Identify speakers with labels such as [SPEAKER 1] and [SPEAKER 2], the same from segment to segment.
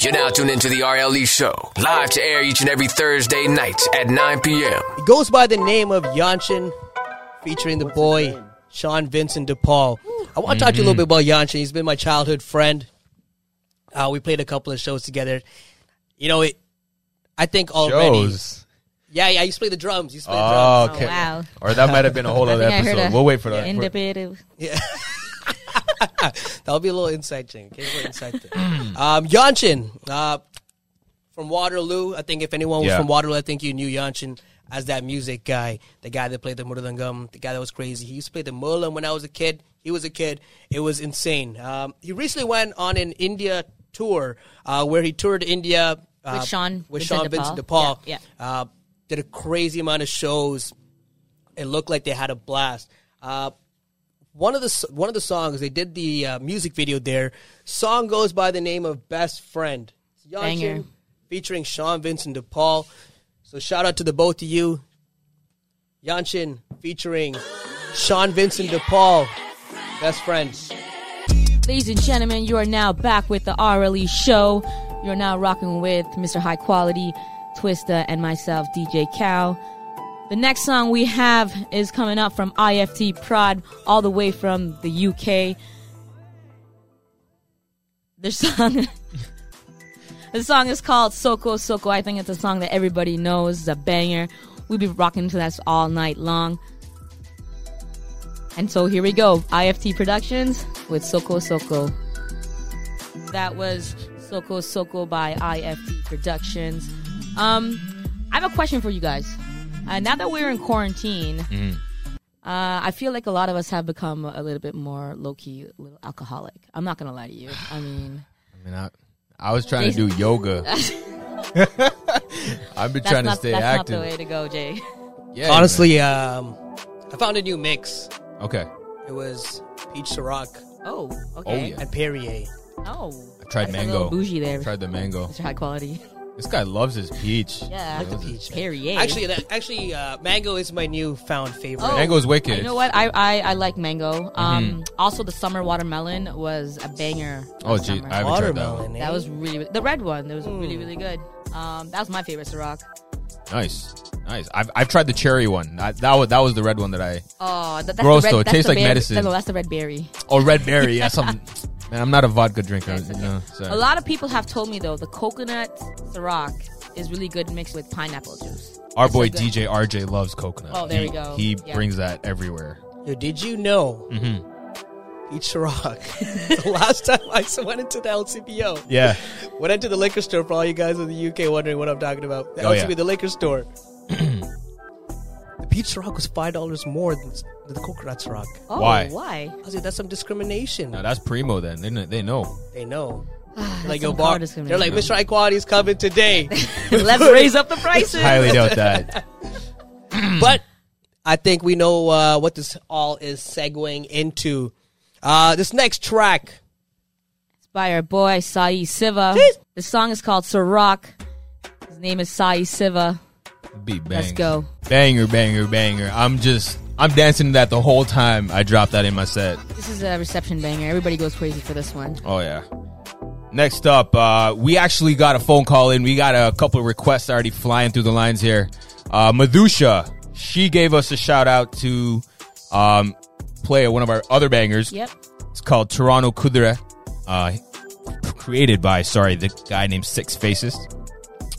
[SPEAKER 1] You're now tuned into the RLE show, live to air each and every Thursday night at 9 p.m.
[SPEAKER 2] He goes by the name of Yanchin, featuring the boy Sean Vincent DePaul. I want to talk to you
[SPEAKER 3] Mm-hmm.
[SPEAKER 2] a little bit about Yanchin. He's been my childhood friend. Uh, we played a couple of shows together. You know, it. I think already.
[SPEAKER 3] Shows.
[SPEAKER 2] Yeah, yeah. You play the drums. You play the drums.
[SPEAKER 3] Oh, okay.
[SPEAKER 4] wow.
[SPEAKER 3] Or that might have been a whole
[SPEAKER 4] I
[SPEAKER 3] other
[SPEAKER 4] think I heard
[SPEAKER 3] episode.
[SPEAKER 4] a
[SPEAKER 3] We'll wait for that.
[SPEAKER 4] Independent.
[SPEAKER 2] That'll be a little insight thing. Okay, a little insight thing. um, Yanchin, uh, from Waterloo. I think if anyone was
[SPEAKER 3] Yeah.
[SPEAKER 2] from Waterloo, I think you knew Yanchin as that music guy, the guy that played the Muralangam, the guy that was crazy. He used to play the Muralangam when I was a kid. He was a kid. It was insane. Um, he recently went on an India tour uh, where he toured India uh,
[SPEAKER 4] With Sean
[SPEAKER 2] with
[SPEAKER 4] Vincent
[SPEAKER 2] Sean
[SPEAKER 4] De
[SPEAKER 2] Vincent
[SPEAKER 4] Paul.
[SPEAKER 2] DePaul.
[SPEAKER 4] Yeah,
[SPEAKER 2] Uh, did a crazy amount of shows. It looked like they had a blast. Uh, one of the s- one of the songs they did the uh, music video there. Song goes by the name of Best Friend. It's Yanchin
[SPEAKER 4] Banger.
[SPEAKER 2] featuring Sean Vincent DePaul. So shout out to the both of you. Yanchin featuring Sean Vincent DePaul. Best friend.
[SPEAKER 4] Ladies and gentlemen, you are now back with the RLE show. You're now rocking with Mr. High Quality, Twista, and myself, DJ Cal. The next song we have is coming up from IFT Prod, all the way from the UK. The song, the song is called Soko Soko. I think it's a song that everybody knows. It's a banger. We'll be rocking to that all night long. And so here we go, IFT Productions with Soko Soko. That was Soko Soko by IFT Productions. Um, I have a question for you guys. Uh, now that we're in quarantine,
[SPEAKER 3] Mm-hmm.
[SPEAKER 4] uh, I feel like a lot of us have become a little bit more low key, a little alcoholic. I'm not gonna lie to you. I mean,
[SPEAKER 3] I, mean, I, I was trying to do yoga. I've been
[SPEAKER 4] that's
[SPEAKER 3] trying
[SPEAKER 4] not
[SPEAKER 3] to stay
[SPEAKER 4] that's
[SPEAKER 3] active.
[SPEAKER 4] not the way to go, Jay.
[SPEAKER 3] Yeah,
[SPEAKER 2] Honestly, um, I found a new mix.
[SPEAKER 3] man. Okay.
[SPEAKER 2] It was Peach Ciroc
[SPEAKER 4] Oh,
[SPEAKER 3] Oh
[SPEAKER 4] okay.
[SPEAKER 3] yeah.
[SPEAKER 2] and Perrier.
[SPEAKER 4] Oh,
[SPEAKER 3] I tried
[SPEAKER 4] that's a little
[SPEAKER 3] mango.
[SPEAKER 4] bougie there.
[SPEAKER 3] Tried the mango.
[SPEAKER 4] Mr. High quality.
[SPEAKER 3] This guy loves his peach.
[SPEAKER 4] Yeah.
[SPEAKER 2] Like the peach.
[SPEAKER 4] Perrier.
[SPEAKER 2] Actually, that, actually, uh, mango is my new found favorite.
[SPEAKER 4] Oh.
[SPEAKER 3] Mango's wicked.
[SPEAKER 4] You know what? I I, I like mango.
[SPEAKER 3] Mm-hmm.
[SPEAKER 4] Um, also the summer watermelon was a banger.
[SPEAKER 3] Oh,
[SPEAKER 4] last
[SPEAKER 3] gee,
[SPEAKER 4] summer.
[SPEAKER 3] I haven't tried that one.
[SPEAKER 2] Watermelon. eh?
[SPEAKER 4] that was really the red one. That was
[SPEAKER 2] Hmm.
[SPEAKER 4] really really good. Um, that was my favorite Ciroc.
[SPEAKER 3] Nice, nice. I've, I've tried the cherry one. I, that was that was the red one that I.
[SPEAKER 4] Oh, that, that's
[SPEAKER 3] Gross,
[SPEAKER 4] the red,
[SPEAKER 3] though. It
[SPEAKER 4] that's
[SPEAKER 3] tastes
[SPEAKER 4] the
[SPEAKER 3] like
[SPEAKER 4] berry-
[SPEAKER 3] medicine.
[SPEAKER 4] No, that's the red berry.
[SPEAKER 3] Oh, red berry. Yeah, some. Man, I'm not a vodka drinker. No, sorry.
[SPEAKER 4] A lot of people have told me though the coconut Ciroc is really good mixed with pineapple juice.
[SPEAKER 3] Our boy
[SPEAKER 4] good.
[SPEAKER 3] DJ RJ loves coconut.
[SPEAKER 4] Oh, there
[SPEAKER 3] he,
[SPEAKER 4] we go.
[SPEAKER 3] He
[SPEAKER 4] Yeah.
[SPEAKER 3] brings that everywhere.
[SPEAKER 2] Yo, did you know? Mm-hmm. Peach Rock. the last time I went into the LCBO,
[SPEAKER 3] Yeah.
[SPEAKER 2] went into the liquor store for all you guys in the UK wondering what I'm talking about. The
[SPEAKER 3] Oh,
[SPEAKER 2] LCBO,
[SPEAKER 3] yeah.
[SPEAKER 2] the liquor store. the Peach Rock was five dollars more than, than the Coconut Rock.
[SPEAKER 4] Oh,
[SPEAKER 3] Why?
[SPEAKER 4] Why?
[SPEAKER 2] I was like, that's some discrimination.
[SPEAKER 3] Now that's primo. Then they kn- they know.
[SPEAKER 2] They know.
[SPEAKER 4] That's
[SPEAKER 2] Like
[SPEAKER 4] some
[SPEAKER 2] yo, bar.
[SPEAKER 4] color
[SPEAKER 2] They're like,
[SPEAKER 4] discrimination.
[SPEAKER 2] Mr. High Quality's coming today.
[SPEAKER 4] let's raise up the prices.
[SPEAKER 3] Highly doubt that.
[SPEAKER 2] but I think we know uh, what this all is segueing into. Uh, this next track.
[SPEAKER 4] by our boy Sai Siva. The song is called Ciroc. His name is Sai Siva.
[SPEAKER 3] Be bang.
[SPEAKER 4] Let's go.
[SPEAKER 3] Banger, banger, banger. I'm just I'm dancing to that the whole time. I dropped that in my set.
[SPEAKER 4] This is a reception banger. Everybody goes crazy for this one.
[SPEAKER 3] Oh yeah. Next up, uh, we actually got a phone call in. We got a couple of requests already flying through the lines here. Uh, Madhusha, she gave us a shout out to um, play one of our other bangers.
[SPEAKER 4] Yep.
[SPEAKER 3] It's called Toronto Kudre, uh, created by sorry the guy named Six Faces.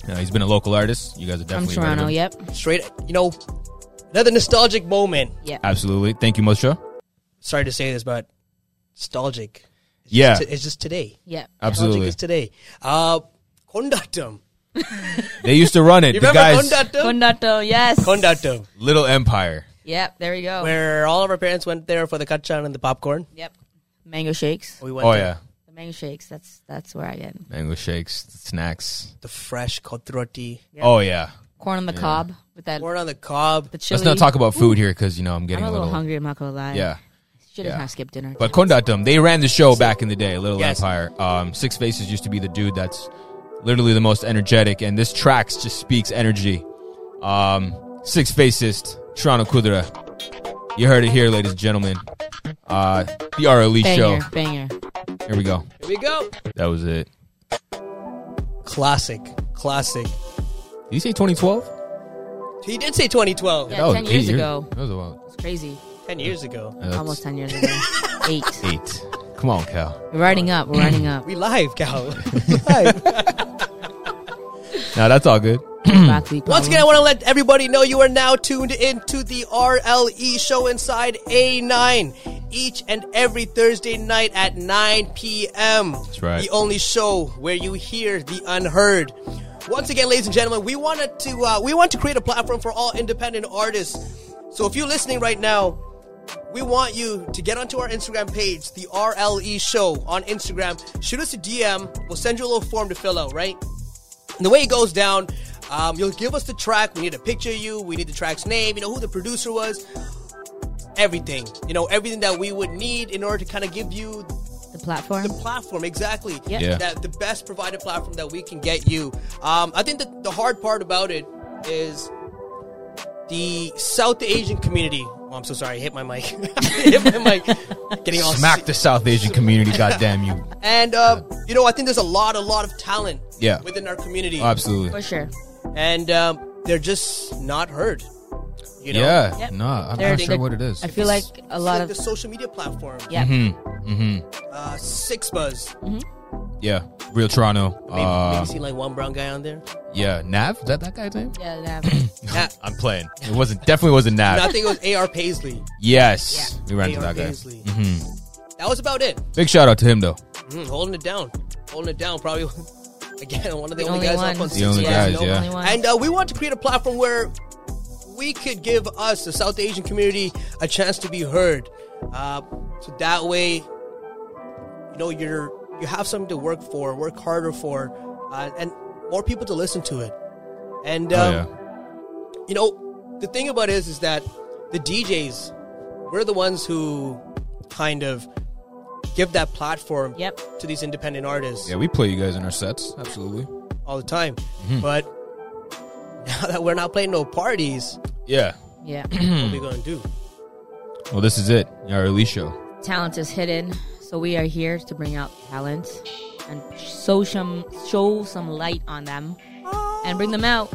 [SPEAKER 3] Uh, he's been a local artist. You guys are
[SPEAKER 4] From
[SPEAKER 3] definitely heard of
[SPEAKER 4] Toronto.
[SPEAKER 3] him.
[SPEAKER 4] Yep.
[SPEAKER 2] straight you know another nostalgic moment
[SPEAKER 3] Absolutely. Thank you, Madhusha.
[SPEAKER 2] sorry to say this but nostalgic It's
[SPEAKER 3] Yeah.
[SPEAKER 2] just, it's just today
[SPEAKER 4] Yep.
[SPEAKER 2] nostalgic
[SPEAKER 3] Absolutely.
[SPEAKER 2] is today uh kondatum
[SPEAKER 3] They used to run it.
[SPEAKER 2] you
[SPEAKER 3] the
[SPEAKER 2] remember
[SPEAKER 3] guys,
[SPEAKER 2] kondatum
[SPEAKER 4] Condato. Yes.
[SPEAKER 2] kondatum
[SPEAKER 3] Little Empire.
[SPEAKER 4] Yep. There we go.
[SPEAKER 2] where all of our parents went there for the kachan and the popcorn
[SPEAKER 4] Yep. Mango shakes.
[SPEAKER 2] we went
[SPEAKER 3] Oh
[SPEAKER 2] to
[SPEAKER 3] yeah,
[SPEAKER 4] The mango shakes. That's that's where I get
[SPEAKER 3] mango shakes, snacks.
[SPEAKER 2] the fresh kotroti
[SPEAKER 3] Oh yeah.
[SPEAKER 4] corn on the cob with that
[SPEAKER 2] corn on the cob
[SPEAKER 4] the chili.
[SPEAKER 3] Let's not talk about food here because you know I'm
[SPEAKER 4] I'm
[SPEAKER 3] getting
[SPEAKER 4] a little hungry. I'm not gonna lie.
[SPEAKER 3] Yeah.
[SPEAKER 4] Should
[SPEAKER 3] yeah.
[SPEAKER 4] have skipped dinner.
[SPEAKER 3] But Kondatum, they ran the show back in the day, Little
[SPEAKER 2] Yes.
[SPEAKER 3] Empire. Um, Six Faces used to be the dude that's literally the most energetic, and this tracks just speaks energy. Um, Six Facist, Toronto Kudra. You heard it here, ladies and gentlemen. Uh, the RLE
[SPEAKER 4] banger.
[SPEAKER 3] show.
[SPEAKER 4] Banger.
[SPEAKER 3] Here we go.
[SPEAKER 2] here we go
[SPEAKER 3] That was it.
[SPEAKER 2] Classic. Classic.
[SPEAKER 3] Did you say 2012?
[SPEAKER 2] He did say 2012.
[SPEAKER 4] Yeah, 10 years ago.
[SPEAKER 3] That was a while.
[SPEAKER 4] It's crazy.
[SPEAKER 2] 10 years ago.
[SPEAKER 3] That's
[SPEAKER 4] Almost 10 years ago. Eight.
[SPEAKER 3] eight. Come on, Cal.
[SPEAKER 4] We're riding up. We're riding up.
[SPEAKER 2] We live, Cal. We live.
[SPEAKER 3] Now that's all good.
[SPEAKER 4] Back week
[SPEAKER 2] Once again, I
[SPEAKER 4] problem.
[SPEAKER 2] want to let everybody know you are now tuned in to the RLE show inside A9 each and every Thursday night at 9 p.m. That's
[SPEAKER 3] right.
[SPEAKER 2] The only show where you hear the unheard. Once again, ladies and gentlemen, we wanted to uh, we want to create a platform for all independent artists. So if you're listening right now, we want you to get onto our Instagram page, the RLE show on Instagram. Shoot us a DM. We'll send you a little form to fill out, right? And the way it goes down, um, you'll give us the track. We need a picture of you. We need the track's name. You know who the producer was. Everything. You know everything that we would need in order to kind of give you
[SPEAKER 4] the platform.
[SPEAKER 2] the platform exactly.
[SPEAKER 4] Yeah. Yeah.
[SPEAKER 2] That the best provided platform that we can get you. Um, I think that the hard part about it is the South Asian community. Oh, I'm so sorry. I hit my mic. hit my mic. Getting
[SPEAKER 4] Oh,
[SPEAKER 2] all
[SPEAKER 3] Smack the South Asian community, goddamn you.
[SPEAKER 2] And uh, you know, I think there's a lot, a lot of talent.
[SPEAKER 3] Yeah. Uh,
[SPEAKER 2] Within our community
[SPEAKER 4] For
[SPEAKER 3] Absolutely.
[SPEAKER 4] sure.
[SPEAKER 2] and um, they're just not heard. You know,
[SPEAKER 3] Yeah.
[SPEAKER 4] Yep.
[SPEAKER 3] No, I'm
[SPEAKER 4] They're-
[SPEAKER 3] not sure
[SPEAKER 4] they're-
[SPEAKER 3] what it is.
[SPEAKER 4] I feel like a
[SPEAKER 2] It's
[SPEAKER 4] lot
[SPEAKER 2] like
[SPEAKER 4] of
[SPEAKER 2] the social media platform,
[SPEAKER 4] yeah.
[SPEAKER 2] uh, Six Buzz.
[SPEAKER 3] Uh, Yeah. Real Toronto.
[SPEAKER 2] Maybe,
[SPEAKER 3] Uh,
[SPEAKER 2] maybe seen like one brown guy on there.
[SPEAKER 3] yeah. Nav? Is that that guy's name?
[SPEAKER 4] Yeah, that-
[SPEAKER 2] Nah,
[SPEAKER 3] I'm playing. It wasn't definitely wasn't
[SPEAKER 2] no, I
[SPEAKER 3] Nav.
[SPEAKER 2] think it was A.R. Paisley.
[SPEAKER 3] Yes. We ran into
[SPEAKER 2] A.R.
[SPEAKER 3] that guy. Mm-hmm.
[SPEAKER 2] Paisley. That was about it.
[SPEAKER 3] Big shout out to him though.
[SPEAKER 2] Mhm, holding it down, holding it down. Probably again one of the,
[SPEAKER 4] The
[SPEAKER 2] only
[SPEAKER 4] only
[SPEAKER 2] guys
[SPEAKER 4] one.
[SPEAKER 2] up on
[SPEAKER 4] The
[SPEAKER 2] Six
[SPEAKER 3] only
[SPEAKER 2] Buzz,
[SPEAKER 3] guys,
[SPEAKER 2] you know?
[SPEAKER 3] yeah.
[SPEAKER 4] Only one.
[SPEAKER 2] And uh, we want to create a platform where we could give us the South Asian community a chance to be heard. Uh, so that way, you know, you're you have something to work for, work harder for, uh, and more people to listen to it. And um,
[SPEAKER 3] oh
[SPEAKER 2] you know, the thing about it is, is that the DJs, we're the ones who kind of give that platform
[SPEAKER 4] Yep.
[SPEAKER 2] to these independent artists
[SPEAKER 3] yeah. Yeah, we play you guys in our sets. Absolutely.
[SPEAKER 2] all the time. But now that we're not playing no parties,
[SPEAKER 3] Yeah.
[SPEAKER 4] yeah.
[SPEAKER 2] what we gonna do?
[SPEAKER 3] Well, this is it. Our release show.
[SPEAKER 4] talent is hidden, so we are here to bring out talent and show some show some light on them and bring them out.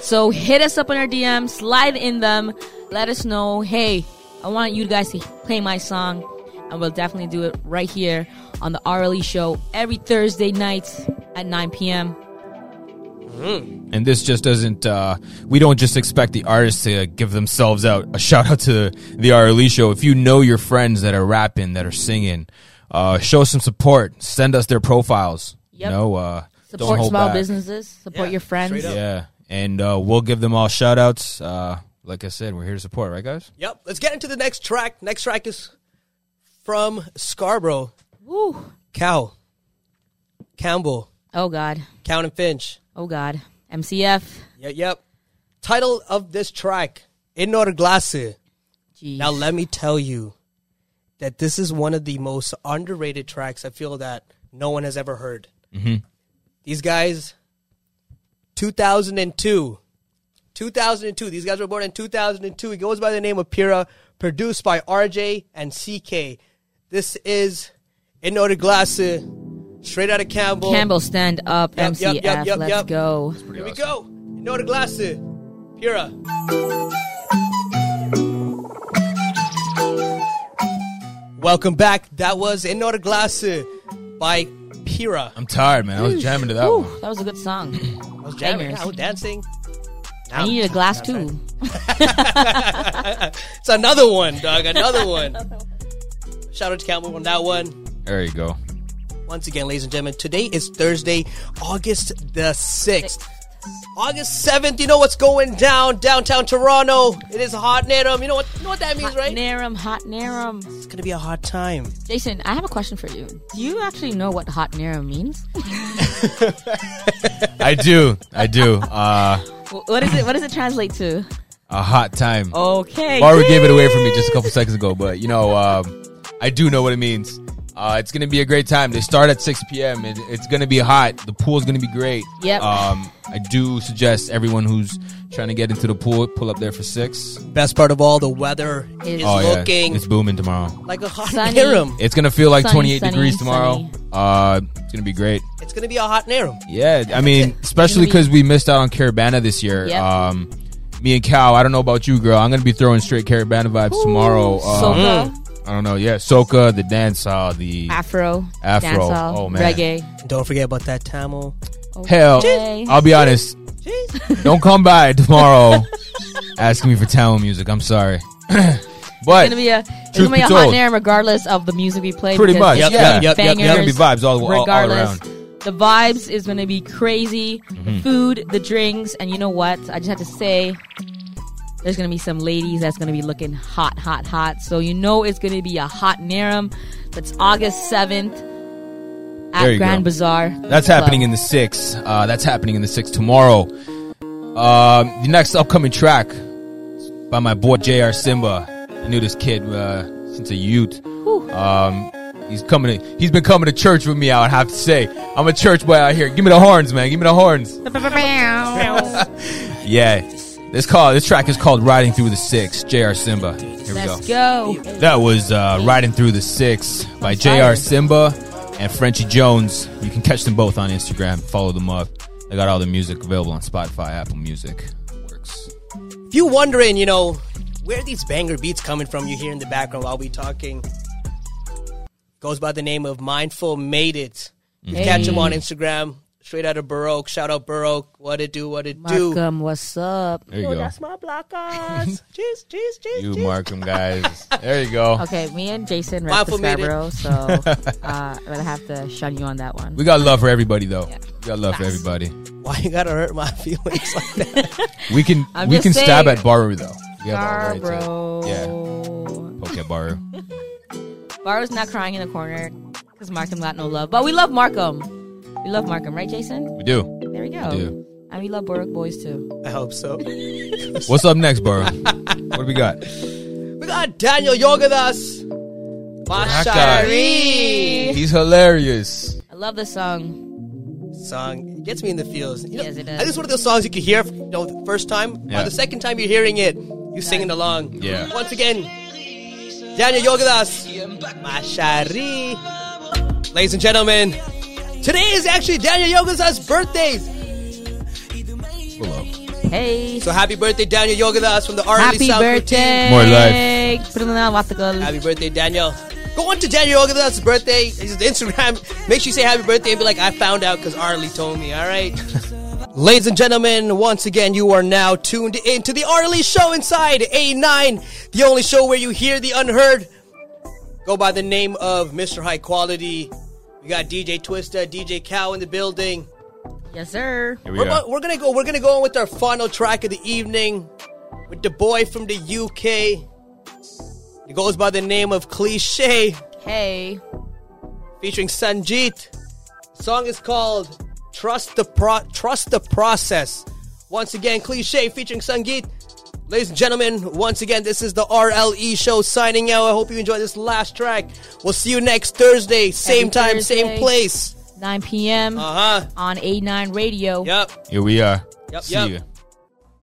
[SPEAKER 4] so hit us up on our DM, slide in them, let us know, hey, I want you guys to play my song, and we'll definitely do it right here on the RLE show every Thursday night at 9 p.m.
[SPEAKER 3] And this just doesn't. Uh, we don't just expect the artists to give themselves out a shout out to the RLE show. If you know your friends that are rapping, that are singing, uh, show some support. Send us their profiles.
[SPEAKER 4] Yep.
[SPEAKER 3] You know, uh, don't
[SPEAKER 4] Support
[SPEAKER 3] hold
[SPEAKER 4] small
[SPEAKER 3] back.
[SPEAKER 4] businesses, support
[SPEAKER 2] Yeah,
[SPEAKER 4] your friends.
[SPEAKER 2] straight up.
[SPEAKER 3] Yeah, and uh, we'll give them all shout outs. Uh, like I said, we're here to support, right, guys?
[SPEAKER 2] Yep. Let's get into the next track. Next track is from Scarborough,
[SPEAKER 4] Woo.
[SPEAKER 2] Cow, Campbell,
[SPEAKER 4] Oh God.
[SPEAKER 2] Count and Finch.
[SPEAKER 4] Oh God. MCF.
[SPEAKER 2] Yep. Yep. Title of this track: Inor Glasse.
[SPEAKER 4] Jeez.
[SPEAKER 2] Now let me tell you that this is one of the most underrated tracks I feel that no one has ever heard. Mm-hmm. These guys, 2002. 2002. These guys were born in 2002. He goes by the name of Pira, produced by RJ and CK. This is In Order Glass, straight out of Campbell.
[SPEAKER 4] Campbell, stand up,
[SPEAKER 2] Yep,
[SPEAKER 4] MCF.
[SPEAKER 2] yep, yep, yep,
[SPEAKER 4] Let's
[SPEAKER 2] yep.
[SPEAKER 4] go.
[SPEAKER 2] Here we go. In Order Glass, Pira. Welcome back. That was In Order Glass by Pira.
[SPEAKER 3] I'm tired, man. I was jamming to that
[SPEAKER 4] Whew,
[SPEAKER 3] one.
[SPEAKER 4] that was a good song.
[SPEAKER 2] I was jamming.
[SPEAKER 4] Bangers.
[SPEAKER 2] I was dancing.
[SPEAKER 4] I need a glass too.
[SPEAKER 2] It's another one, dog. Another one. Shout out to Campbell on that one.
[SPEAKER 3] There you go.
[SPEAKER 2] Once again, ladies and gentlemen, today is Thursday, August the 6th. August 7th, you know what's going down downtown Toronto. It is hot Nerum. You know what you know what that means,
[SPEAKER 4] Hot
[SPEAKER 2] right?
[SPEAKER 4] Narum, hot Narum.
[SPEAKER 2] It's gonna be a hot time.
[SPEAKER 4] Jason, I have a question for you. Do you actually know what hot Narum means?
[SPEAKER 3] I do. I do. Uh,
[SPEAKER 4] Wh- what is it? What does it translate to?
[SPEAKER 3] a hot time.
[SPEAKER 4] Okay.
[SPEAKER 3] Barbara gave it away from me just a couple seconds ago, but you know, um, I do know what it means. Uh, it's gonna be a great time. They start at 6 p.m. It, it's gonna be hot. The pool's gonna be great.
[SPEAKER 4] Yep.
[SPEAKER 3] Um, I do suggest everyone who's trying to get into the pool pull up there for six.
[SPEAKER 2] Best part of all, the weather
[SPEAKER 4] Is-
[SPEAKER 2] is
[SPEAKER 4] Oh,
[SPEAKER 2] looking
[SPEAKER 3] it's booming tomorrow.
[SPEAKER 2] like a hot
[SPEAKER 4] Sunny.
[SPEAKER 2] harem.
[SPEAKER 3] It's gonna feel like
[SPEAKER 4] Sunny,
[SPEAKER 3] 28
[SPEAKER 4] sunny,
[SPEAKER 3] degrees tomorrow.
[SPEAKER 4] sunny.
[SPEAKER 3] Uh, it's gonna be great.
[SPEAKER 2] it's gonna be a hot Narum.
[SPEAKER 3] Yeah, I mean, especially
[SPEAKER 4] It's gonna
[SPEAKER 3] because we missed out on Carabana this year.
[SPEAKER 4] Yep.
[SPEAKER 3] Um, me and Cal, I don't know about you, girl. I'm gonna be throwing straight Carabana vibes tomorrow. Um,
[SPEAKER 4] Soca,
[SPEAKER 3] I don't know. Yeah, soca, the dancehall, the
[SPEAKER 4] Afro,
[SPEAKER 3] Afro.
[SPEAKER 4] dancehall,
[SPEAKER 3] Oh, man.
[SPEAKER 4] reggae.
[SPEAKER 2] And don't forget about that Tamil.
[SPEAKER 3] hell.
[SPEAKER 4] Okay.
[SPEAKER 3] I'll be honest.
[SPEAKER 2] Jeez.
[SPEAKER 3] Don't come by tomorrow asking me for Tamil music. I'm sorry,
[SPEAKER 4] It's
[SPEAKER 3] but
[SPEAKER 4] gonna be a it's
[SPEAKER 3] Truth
[SPEAKER 4] gonna be
[SPEAKER 3] be
[SPEAKER 4] a hot
[SPEAKER 3] told.
[SPEAKER 4] name regardless of the music we play.
[SPEAKER 3] Pretty
[SPEAKER 4] because
[SPEAKER 3] much,
[SPEAKER 4] it's
[SPEAKER 3] Yep,
[SPEAKER 4] gonna be
[SPEAKER 2] yep, yep, yep.
[SPEAKER 4] bangers
[SPEAKER 3] It's gonna be vibes all- all- all
[SPEAKER 4] regardless.
[SPEAKER 3] around. Mm-hmm.
[SPEAKER 4] The vibes is gonna be crazy. The food, the drinks, and you know what? I just have to say, there's gonna be some ladies that's gonna be looking hot, hot, hot. So you know it's gonna be a hot Narum. That's August seventh at
[SPEAKER 3] There you
[SPEAKER 4] Grand
[SPEAKER 3] go.
[SPEAKER 4] Bazaar.
[SPEAKER 3] that's happening in the six. Uh, that's happening in the six tomorrow. Um, the next upcoming track by my boy Jr. Simba. I knew this kid uh, since a youth. Um, he's coming. To, he's been coming to church with me. I would have to say, I'm a church boy out here. Give me the horns, man. Give me the horns. yeah, this call. This track is called "Riding Through the Six. Jr. Simba. Here we
[SPEAKER 4] Let's go.
[SPEAKER 3] that was uh, Riding Through the Six by J.R. Simba and Frenchie Jones. You can catch them both on Instagram. Follow them up. They got all the music available on Spotify, Apple Music. Works.
[SPEAKER 2] If you're wondering, you know, where these banger beats coming from, you hear in the background while we talking. Goes by the name of Mindful Made It. You can catch him on Instagram, straight out of Baroque. Shout out Baroque. What it do, what it do.
[SPEAKER 4] Markham, what's up?
[SPEAKER 3] There you
[SPEAKER 2] Oh,
[SPEAKER 3] go.
[SPEAKER 2] that's my blockers. Jeez, jeez, jeez,
[SPEAKER 3] You
[SPEAKER 2] jeez.
[SPEAKER 3] Markham guys. There you go.
[SPEAKER 4] Okay, me and Jason rep
[SPEAKER 2] Mindful
[SPEAKER 4] the
[SPEAKER 2] made it.
[SPEAKER 4] Scarborough, so uh, I'm gonna have to shun you on that one.
[SPEAKER 3] We got love for everybody though. We got love for everybody.
[SPEAKER 2] Why you gotta hurt my feelings like that?
[SPEAKER 3] We can
[SPEAKER 4] I'm
[SPEAKER 3] we
[SPEAKER 4] just
[SPEAKER 3] can stab
[SPEAKER 4] saying.
[SPEAKER 3] at Baru though. We have all right to-
[SPEAKER 4] Scarborough.
[SPEAKER 3] Yeah. Poke at Baru.
[SPEAKER 4] Barrow's not crying in the corner because Markham got no love. But we love Markham. We love Markham, right, Jason?
[SPEAKER 3] We do.
[SPEAKER 4] There we go.
[SPEAKER 3] do.
[SPEAKER 4] And we love Borough Boys too.
[SPEAKER 2] I hope so. We
[SPEAKER 3] What's up next, Baru? what do we got?
[SPEAKER 2] got Daniel Yogadas. Mashari.
[SPEAKER 3] He's hilarious.
[SPEAKER 4] I love this song.
[SPEAKER 2] Song it gets me in the feels. You know,
[SPEAKER 4] Yes, it
[SPEAKER 2] I
[SPEAKER 4] does.
[SPEAKER 2] think it's one of those songs you can hear you know, the first time,
[SPEAKER 3] Yeah.
[SPEAKER 2] or the second time you're hearing it, you singing along.
[SPEAKER 3] Yeah.
[SPEAKER 2] Once again, Daniel Yogadas. Mashari. Ladies and gentlemen, today is actually Daniel Yogadas' birthday.
[SPEAKER 3] Pull up.
[SPEAKER 4] Hey.
[SPEAKER 2] So happy birthday, Daniel Yogadas from the R&B
[SPEAKER 4] Happy
[SPEAKER 2] South
[SPEAKER 4] birthday.
[SPEAKER 3] More
[SPEAKER 4] Put it on what the girl-
[SPEAKER 2] Happy birthday, Daniel. Go on to Daniel Ogada's birthday. His Instagram. Make sure you say happy birthday and be like, I found out because Arlie told me, all right? Ladies and gentlemen, once again, you are now tuned in to the Arlie Show inside A9, the only show where you hear the unheard. Go by the name of Mr. High Quality. We got DJ Twista, DJ Cow in the building.
[SPEAKER 4] Yes, sir.
[SPEAKER 3] Here we
[SPEAKER 2] We're,
[SPEAKER 3] go.
[SPEAKER 2] about- we're gonna go. We're gonna go on with our final track of the evening with the boy from the UK. He goes by the name of Cliche,
[SPEAKER 4] Hey.
[SPEAKER 2] featuring Sanjeet. Song is called "Trust the Pro- Trust the Process." Once again, Cliche featuring Sanjeet. Ladies and gentlemen, once again, this is the RLE show signing out. I hope you enjoyed this last track. We'll see you next Thursday, same time, same
[SPEAKER 4] Thursday.
[SPEAKER 2] place.
[SPEAKER 4] 9 p.m.
[SPEAKER 2] Uh huh.
[SPEAKER 4] on A9 Radio.
[SPEAKER 2] Yep.
[SPEAKER 3] Here we are.
[SPEAKER 2] Yep,
[SPEAKER 3] See
[SPEAKER 2] yep.
[SPEAKER 3] you.